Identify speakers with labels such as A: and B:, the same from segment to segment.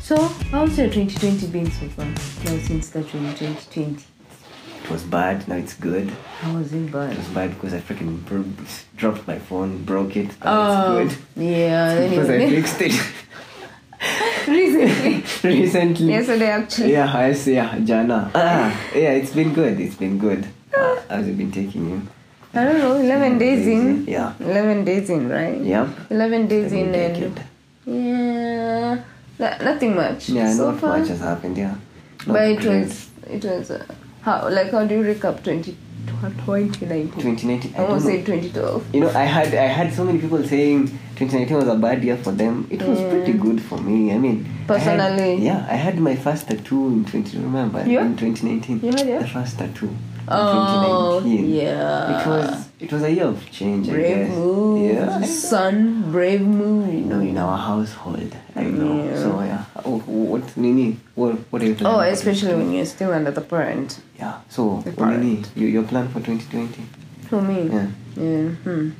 A: So, how's your 2020 been so far? Now, since that you're in 2020,
B: It was bad, now it's good.
A: how was it bad?
B: It was bad because I freaking bro- dropped my phone, broke it. Now
A: Oh,
B: it's good.
A: yeah. then
B: Because I
A: it's-
B: fixed it
A: Recently.
B: recently.
A: Yesterday, actually.
B: Yeah, I see. Yeah, Jana. Ah, yeah, it's been good. It's been good.
A: Ah.
B: Uh, how's it been taking you?
A: I don't know, 11 days in.
B: Yeah.
A: 11 days in, right?
B: Yep.
A: 11 days in
B: Been
A: and.
B: naked.
A: Yeah. no- nothing much.
B: Yeah,
A: so
B: not
A: far.
B: much has happened. Yeah. Not
A: but it
B: great.
A: was. It was. Uh, how, like, how do you recap 20, 2019?
B: 2019.
A: I
B: I don't
A: almost
B: know.
A: said 2012.
B: You know, I had I had so many people saying 2019 was a bad year for them. It was pretty good for me. I mean, I had-
A: Mm. Personally.
B: yeah, I had my first tattoo in 20. Remember
A: Yeah.
B: in 2019,
A: You had your-
B: the first tattoo. in
A: Oh,
B: 2019.
A: yeah.
B: It was it was a year of change. I
A: Brave
B: guess.
A: move,
B: Yeah.
A: son. Brave move. You
B: You
A: know.
B: know, in our household, I know.
A: Yeah.
B: So yeah. Oh, what Nini? What what are you planning
A: Oh,
B: for
A: especially when you're still under the parent.
B: 2020? Yeah. So
A: The
B: what, Nini, you, your plan for 2020?
A: For me.
B: Yeah.
A: Yeah, Hmm.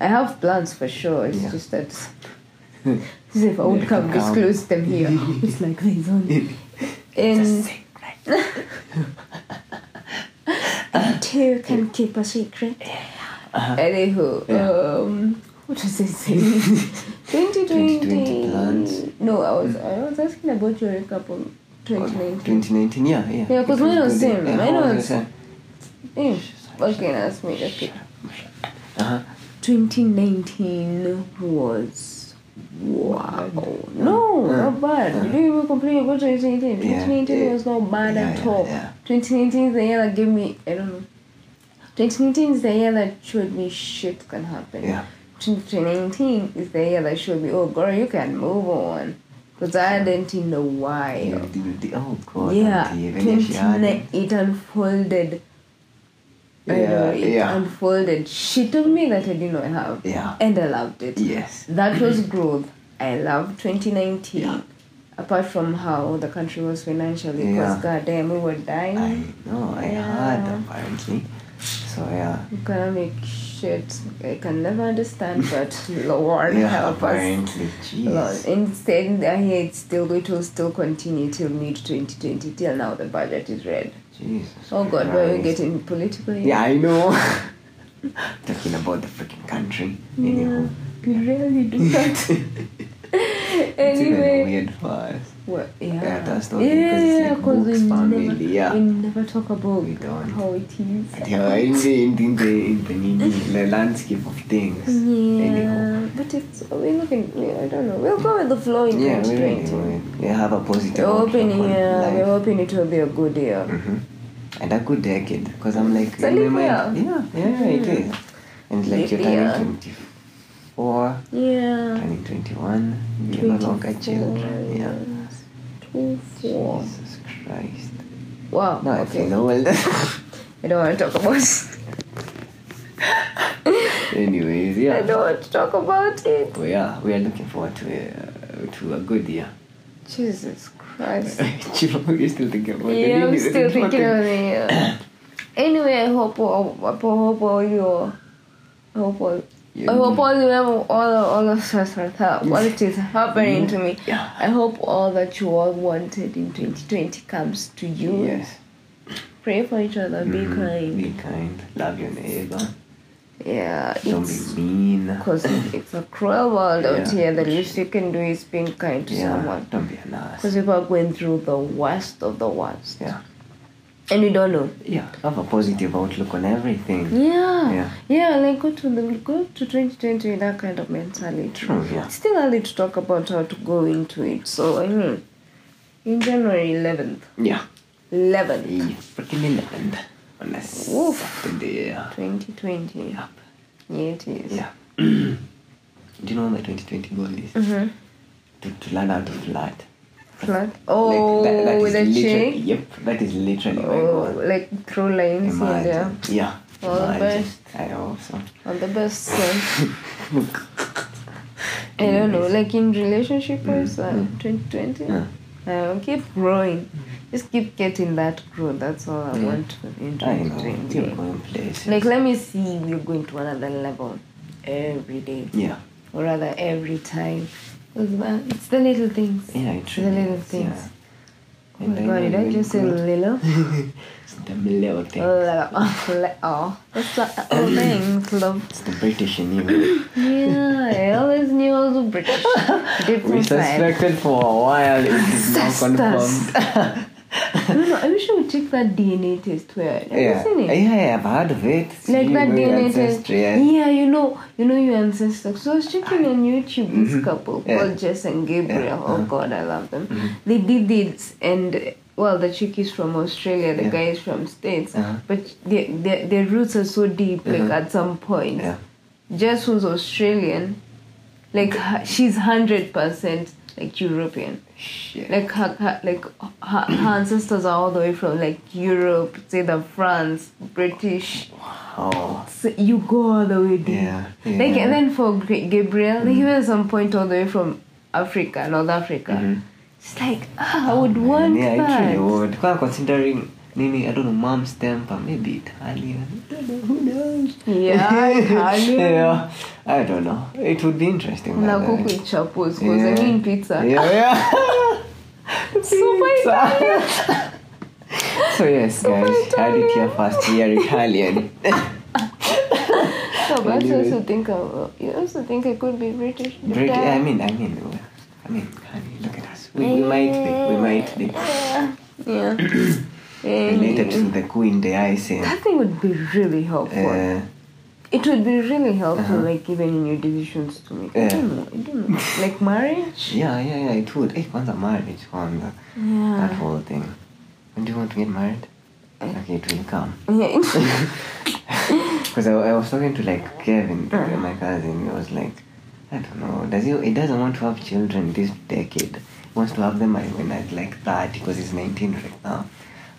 A: I have plans for sure. It's
B: Yeah.
A: just that. as if I would
B: Yeah,
A: come
B: come.
A: disclose them here. it's like this only.
B: Just
A: And
B: say it right.
A: two can keep a secret. Anywho,
B: Yeah.
A: um, what was I saying? 2020.
B: 2020 plans. Oh,
A: No, I was I was asking about your recap on 2019.
B: 2019, yeah, yeah.
A: Yeah, 'cause
B: It was
A: mine was
B: good,
A: same.
B: Yeah,
A: Mine
B: how
A: was-
B: yours?
A: Eh, Okay, that's me. Okay.
B: Uh-huh.
A: 2019 was wow. No, not bad. You didn't even complain about 2018.
B: Yeah.
A: 2018
B: Yeah.
A: was not bad
B: Yeah,
A: at
B: yeah,
A: all.
B: yeah.
A: 2018 is the year that gave me, I don't know. 2018 is the year that showed me shit can happen.
B: Yeah.
A: 2019 is the year that showed me, oh girl, you can move on. Because I hadn't in a
B: You
A: while.
B: did the- Oh god.
A: Yeah,
B: auntie, even if she had-
A: 2019 it unfolded. I know,
B: Yeah,
A: it
B: yeah.
A: unfolded. She told me that I did not have.
B: Yeah.
A: And I loved it.
B: Yes.
A: That was growth. I loved 2019.
B: Yeah.
A: Apart from how the country was financially,
B: Yeah.
A: because goddamn, we were dying.
B: I know. I had
A: Yeah.
B: apparently. So yeah.
A: Economic shit, I can never understand, but Lord
B: yeah,
A: help us.
B: apparently.
A: Lord.
B: Jeez.
A: Instead, I hear it's still, it will still continue till mid 2020, till now the budget is red.
B: Jesus.
A: Oh god, where are we
B: Christ.
A: getting political?
B: Yeah, I know. Talking about the freaking country. Anyhow.
A: We really do that.
B: It's even
A: anyway,
B: weird for us.
A: well, yeah,
B: Yeah, that's the
A: yeah,
B: thing, 'cause it's like
A: 'cause
B: books,
A: we
B: family,
A: never,
B: yeah.
A: we never talk about
B: We don't.
A: how it is.
B: Yeah, in the, in the, in the, in the, in the, landscape of things. Anyhow.
A: Yeah, but it's we're looking. we- I don't know. We'll go with the flow in
B: Yeah, we
A: 2020.
B: really will. We have a positive
A: we're hoping,
B: outlook on
A: yeah,
B: life.
A: we're hoping it will be a good year.
B: Mhm. And a good decade, because I'm like,
A: It's a leap
B: yeah,
A: year.
B: yeah, yeah, it
A: Mhm.
B: is. And like
A: Leap
B: you're turning
A: year.
B: 24,
A: Yeah.
B: turning 21, you're no longer children. Yeah.
A: 24.
B: Jesus Christ.
A: Wow.
B: No, I
A: okay.
B: feel old.
A: I don't want to talk about.
B: Anyways,
A: I
B: yeah.
A: don't want to talk about it.
B: We are, we are looking forward to a, to a good year.
A: Jesus Christ.
B: Chiro, you're still thinking about it.
A: yeah, I'm
B: You
A: still
B: didn't want
A: thinking
B: to-
A: of it. yeah. anyway, I hope all, I hope all you, I hope all,
B: Yeah.
A: I hope all you have all all of us are tha- what is happening to me.
B: Yeah.
A: I hope all that you all wanted in 2020 comes to you.
B: Yes.
A: Pray for each other. Be
B: Mhm.
A: kind.
B: Be kind. Love your neighbor.
A: Yeah,
B: Don't
A: it's
B: be mean.
A: because it's a cruel world out
B: Yeah.
A: here. The least you can do is being kind to
B: Yeah,
A: someone.
B: Don't be an ass.
A: Because people are going through the worst of the worst,
B: Yeah.
A: and you don't know.
B: Yeah. Have a positive outlook on
A: Mm-hmm.
B: everything.
A: Yeah.
B: Yeah.
A: Yeah, like go to the go to twenty twenty with that kind of mentality.
B: True, yeah.
A: It's still early to talk about how to go into it. So I mean in January eleventh.
B: Yeah.
A: Eleventh.
B: You freaking eleventh on a
A: Oof.
B: Saturday. Yeah.
A: Twenty twenty.
B: Yup.
A: Yeah it is.
B: Yeah. Do you know what my 2020 goal is? Mm-hmm. To, to learn how to flirt.
A: Flat. Oh
B: like, that, that
A: with a
B: is literally,
A: chick.
B: Yep. That is literally my
A: Oh
B: goal.
A: like through lines in there.
B: Imagine. Yeah.
A: All the
B: Imagine.
A: best.
B: I hope so.
A: On the best sense. I don't know, like in relationship wise, uh, twenty twenty.
B: Mm-hmm. Yeah.
A: Uh, keep growing. Just keep getting that growth. That's all I want in
B: I
A: twenty
B: know. You're
A: twenty.
B: going places.
A: Like, let me see we're going to another level every day,
B: yeah.
A: or rather every time. Those ma- It's the little things.
B: Yeah,
A: It's
B: it
A: the
B: really
A: little
B: is,
A: things.
B: yeah.
A: Oh
B: And
A: my god,
B: I know
A: did I
B: you're
A: just say
B: good.
A: little?
B: It's the little thing.
A: Oh, that's like the whole thing, love.
B: It's the British in you.
A: Yeah, I always knew I was British. Deep
B: we
A: inside.
B: suspected for a while. It is now
A: Suspect us.
B: confirmed.
A: No, no, I wish I would take that DNA test where have you
B: Yeah.
A: seen it?
B: yeah, yeah, I've heard of it. It's
A: like
B: really
A: that
B: very
A: DNA test.
B: ancestry, yeah.
A: Yeah, you know, you know your ancestors. So I was checking on YouTube this couple,
B: Mm-hmm. Yeah. Mm-hmm.
A: Paul Jess and Gabriel. Oh God, I love them. They did this, and uh, well, the chick is from Australia, the
B: Yeah.
A: guy is from States,
B: Uh-huh. Mm-hmm.
A: but their, their their roots are so deep. Like at some point,
B: Yeah.
A: Jess was Australian. Like her- she's hundred percent like European
B: Shit.
A: like her, her like her, her ancestors are all the way from like Europe, say the France, British.
B: oh.
A: So you go all the way deep.
B: Yeah,
A: Like
B: yeah. Mm-hmm.
A: and then for G- Gabriel, like even at some point all the way from Africa, North Africa. It's like ah, I would want
B: Mm-hmm. yeah,
A: that.
B: it really would. Well, considering, maybe, I don't know, mom's stamp or maybe Italian. I don't know, who knows?
A: Yeah, Italian.
B: yeah, I don't know. It would be interesting.
A: Na
B: by the
A: kuku
B: way.
A: chapos, cause I mean pizza.
B: Yeah, yeah.
A: Super Italian.
B: so yes, guys,
A: Super
B: I did here first year Italian.
A: No, but I
B: Anyway.
A: also think I, you also think I could be British.
B: Brit- I mean, I mean, I mean, honey, look at us. We, we might be, we might be
A: Yeah.
B: related
A: yeah.
B: to the Queen, the uh, icing.
A: That thing would be really helpful.
B: Uh,
A: It would be really helpful, like even in your decisions to make. I
B: Uh-huh. Yeah.
A: don't know. I don't know. like marriage.
B: yeah, yeah, yeah. It would. Hey, once a marriage, kwanza. that
A: Yeah.
B: whole thing. When do you want to get married?
A: Eh?
B: Okay, it will come.
A: Yeah.
B: Because I, I was talking to like Kevin,
A: Uh.
B: my cousin. He was like, I don't know. Does he? He doesn't want to have children this decade. He wants to have them by when at like thirty, because he's nineteen right now.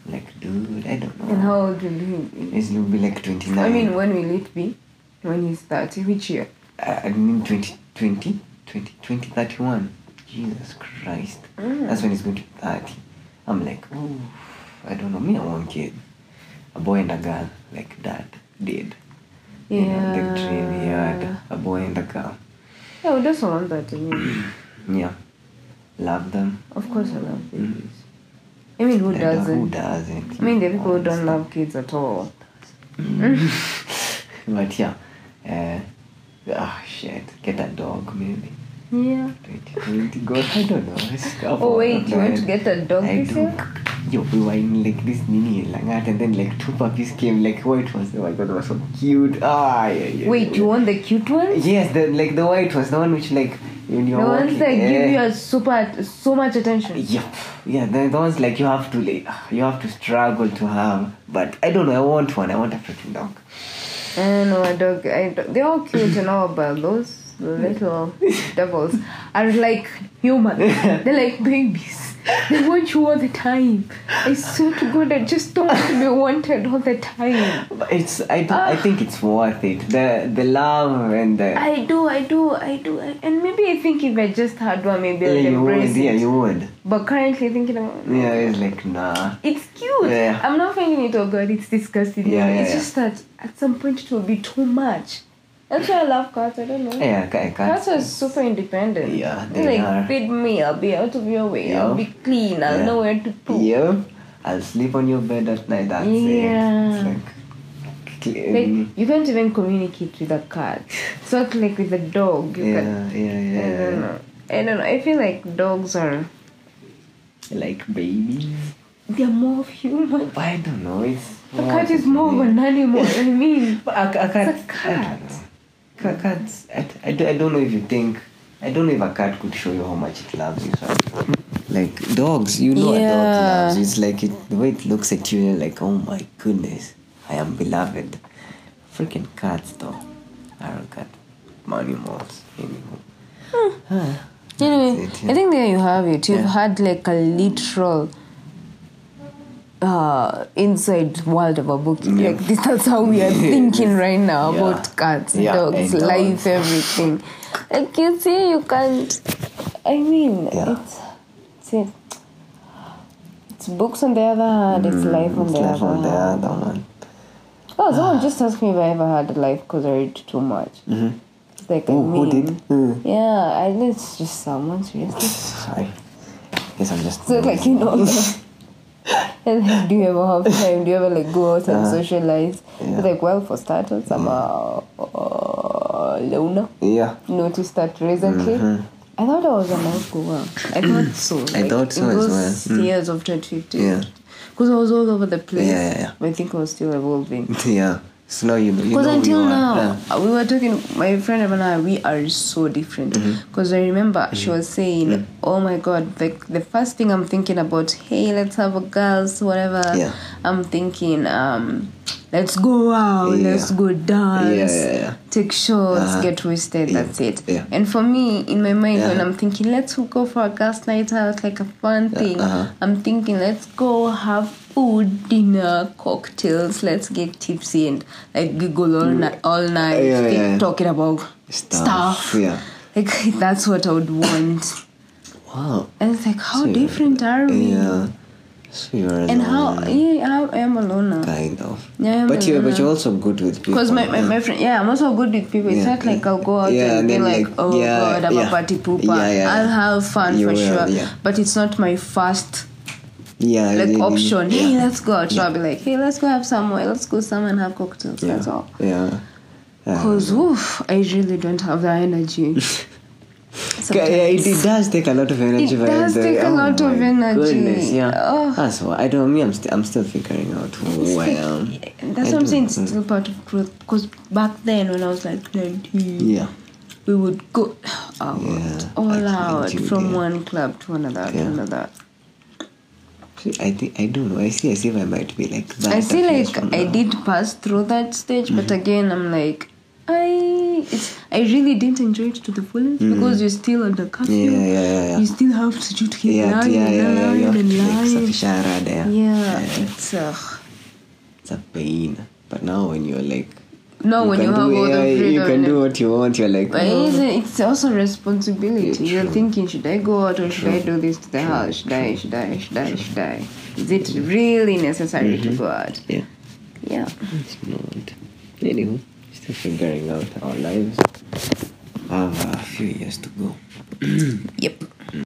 B: I'm like, dude, I don't know.
A: and how old will he be?
B: He's- He'll be like twenty nine.
A: I mean, when will it be? When he's thirty? Which year?
B: I I mean 20, 20, 20, 20 31. Jesus Christ.
A: Mm.
B: That's when he's going to be 30. I'm like, ooh, I don't know. Me, I want kid. A boy and a girl, like that did. You know, the dream he had.
A: Yeah.
B: A boy and a girl.
A: I would also want that to me.
B: Yeah. Love them.
A: Of course, I love babies.
B: Mhm.
A: I mean, who
B: I don't-
A: doesn't?
B: Who doesn't? Mm.
A: I mean, the people who don't love kids at all.
B: But yeah. Uh, ah, shit. Get a dog, maybe.
A: Yeah.
B: 2020 goal. I don't know. It's up
A: Oh
B: on
A: wait, you want to
B: mind.
A: get a dog
B: I
A: this
B: do.
A: year?
B: Yo, we were in like this mini langat and then like two puppies came. Like white was oh the white one was so cute. Ah, yeah, yeah.
A: Wait,
B: yeah.
A: you want the cute ones?
B: Yes, the like the white was the one which like when
A: The
B: you're
A: ones
B: walking,
A: that give you
B: eh,
A: a super so much attention.
B: Yep. Yeah, the, the ones like you have to like you have to struggle to have. But I don't know. I want one. I want a freaking dog.
A: I don't know, a dog. I don't- they're all cute and all, but those little devils are like human. They're like babies. They want you all the time. I swear to God, I just don't want to be wanted all the time.
B: But it's I, don't- I think it's worth it. The the love and the
A: Ah. I do, I do, I do. I- And maybe I think if I just had one, maybe
B: yeah,
A: I'd
B: you would.
A: embrace
B: Yeah,
A: it.
B: you would.
A: But currently thinking about
B: Yeah, it's like nah.
A: It's cute.
B: Yeah.
A: I'm not finding it oh god, it's disgusting.
B: Yeah, yeah,
A: it's
B: yeah.
A: just that at some point it will be too much. That's why I love cats. I don't know.
B: Yeah, I can't.
A: Cats are super independent.
B: Yeah, they
A: like,
B: are.
A: feed me, I'll be out of your way, I'll be
B: Yeah.
A: clean, I'll
B: Yeah.
A: know where to poop.
B: Yeah, I'll sleep on your bed at night. That's
A: Yeah.
B: it. It's like, cl-
A: Like,
B: um,
A: you can't even communicate with a cat. It's not like with a dog. You can,
B: yeah, yeah,
A: I don't
B: yeah.
A: know. I don't know. I feel like dogs are.
B: Like babies.
A: They're more of human.
B: But I don't know. It's
A: A cat is more of an animal. I mean,
B: But a, a cat.
A: It's a cat.
B: I don't know. Ca- Cats. I, I, d- I don't know if you think. I don't know if a cat could show you how much it loves you. so I don't know. Like dogs, you know a
A: Yeah.
B: dog loves you. It's like it, the way it looks at you, you're like, oh my goodness, I am beloved. Freaking cats, though. Arrogant animals. Anywho.
A: Anyway,
B: That's it,
A: I
B: yeah.
A: think there you have it. You've
B: Yeah.
A: had like a literal uh, inside world of a book.
B: Yeah.
A: Like this, that's how we are thinking right now
B: Yeah.
A: about cats,
B: Yeah,
A: dogs,
B: and
A: life,
B: dogs.
A: everything. Like you see, you can't. I mean,
B: Yeah.
A: it's it's it. It's books on the other hand. It's life on
B: Mm, It's
A: the
B: like
A: other
B: on the
A: hand.
B: other one.
A: Oh, someone just asked me if I ever had a life because I read too much. It's like
B: Oh,
A: a
B: who
A: meme.
B: did? Uh,
A: Yeah, I it's just someone seriously.
B: I guess I'm just.
A: So like you know. And like, do you ever have time? Do you ever like go out and socialize?
B: Uh, yeah.
A: Like, well, for starters, I'm a uh, loner.
B: yeah.
A: noticed that recently. I thought I was an outgoer. I thought so.
B: Mm-hmm. I
A: like,
B: thought so
A: in
B: as
A: those
B: well. Mm.
A: years of 2015.
B: Yeah.
A: Because I was all over the place.
B: Yeah, yeah, yeah.
A: But I think I was still evolving.
B: Yeah. So now you, you
A: Because
B: know who you
A: until
B: are.
A: now,
B: Yeah.
A: uh, we were talking, my friend Eva and I, we are so different.
B: Mm-hmm.
A: Because I remember she was saying, Oh my god, like the first thing I'm thinking about, hey, let's have a girls, whatever.
B: Yeah.
A: I'm thinking, um, let's go out,
B: Yeah.
A: let's go dance,
B: Yeah, yeah, yeah.
A: take shots,
B: Uh-huh.
A: get wasted,
B: Yeah.
A: that's it.
B: Yeah.
A: And for me, in my mind, when
B: Yeah.
A: I'm thinking, let's go for a girls' night out, like a fun thing,
B: uh-huh.
A: I'm thinking, let's go have food, dinner, cocktails, let's get tipsy and like giggle all, ni- all night,
B: Mm. Yeah, yeah,
A: keep
B: yeah.
A: talking about
B: Stuff,
A: stuff.
B: yeah.
A: Like, that's what I would want.
B: Wow.
A: And it's like, how
B: So you-
A: different are we?
B: Yeah. So you're
A: And how, yeah, how I am alone.
B: kind of.
A: Yeah, I'm
B: but you but
A: alone.
B: you're also good with people.
A: Because my, my, my friend, yeah, I'm also good with people. It's
B: Yeah,
A: not like I'll go out
B: yeah,
A: and be
B: then,
A: like,
B: like,
A: oh
B: yeah,
A: god, I'm
B: yeah.
A: a party pooper.
B: Yeah, yeah,
A: I'll
B: yeah.
A: have fun
B: You
A: for
B: will,
A: sure.
B: yeah.
A: But it's not my first
B: yeah,
A: like
B: really,
A: option.
B: Yeah.
A: Hey, let's go out. So I'll be like, hey, let's go have somewhere. Let's go somewhere and have cocktails.
B: yeah.
A: That's all.
B: Yeah. Uh,
A: Because oof, I really don't have the energy. Sometimes.
B: yeah, it, it does take a lot of energy.
A: It
B: but
A: does
B: the-
A: take a
B: oh
A: lot of
B: my
A: energy.
B: Goodness, yeah.
A: Ugh.
B: That's why I don't. Me, I'm still. I'm still figuring out who I am.
A: That's
B: um, I
A: what I'm
B: don't
A: saying. It's
B: know.
A: still part of growth. Because back then, when I was like 19,
B: Yeah.
A: we would go out,
B: Yeah,
A: all
B: I think
A: out,
B: you
A: from
B: did.
A: one club to another, to
B: Yeah.
A: another.
B: See, I think I don't know. I see. I see. if I might be like that.
A: I
B: a
A: feel
B: few years
A: like
B: from
A: I
B: now.
A: did pass through that stage, but
B: Mm-hmm.
A: again, I'm like, I it's, I really didn't enjoy it to the fullest because you're still under curfew.
B: Mm-hmm. Yeah, yeah, yeah, yeah.
A: You still have to do to keep
B: Yeah,
A: lying
B: yeah,
A: and
B: yeah, yeah.
A: lying
B: You have to
A: and
B: like
A: lying.
B: safisha rada, yeah.
A: Yeah,
B: Yeah.
A: it's uh,
B: It's a pain. But now when you're like.
A: no when you
B: can
A: have all
B: do
A: the
B: AI,
A: freedom.
B: You can
A: and-
B: do what you want. You're like.
A: But
B: oh.
A: it's, it's also responsibility.
B: Yeah,
A: You're
B: true.
A: thinking, should I go out or should I do this to the house? Should I, should I, should I, should I? Is it really necessary
B: Mm-hmm.
A: to go out?
B: Yeah.
A: Yeah.
B: It's not. Anywho, still Ah, figuring out our lives. I have a few years to go.
A: Yep.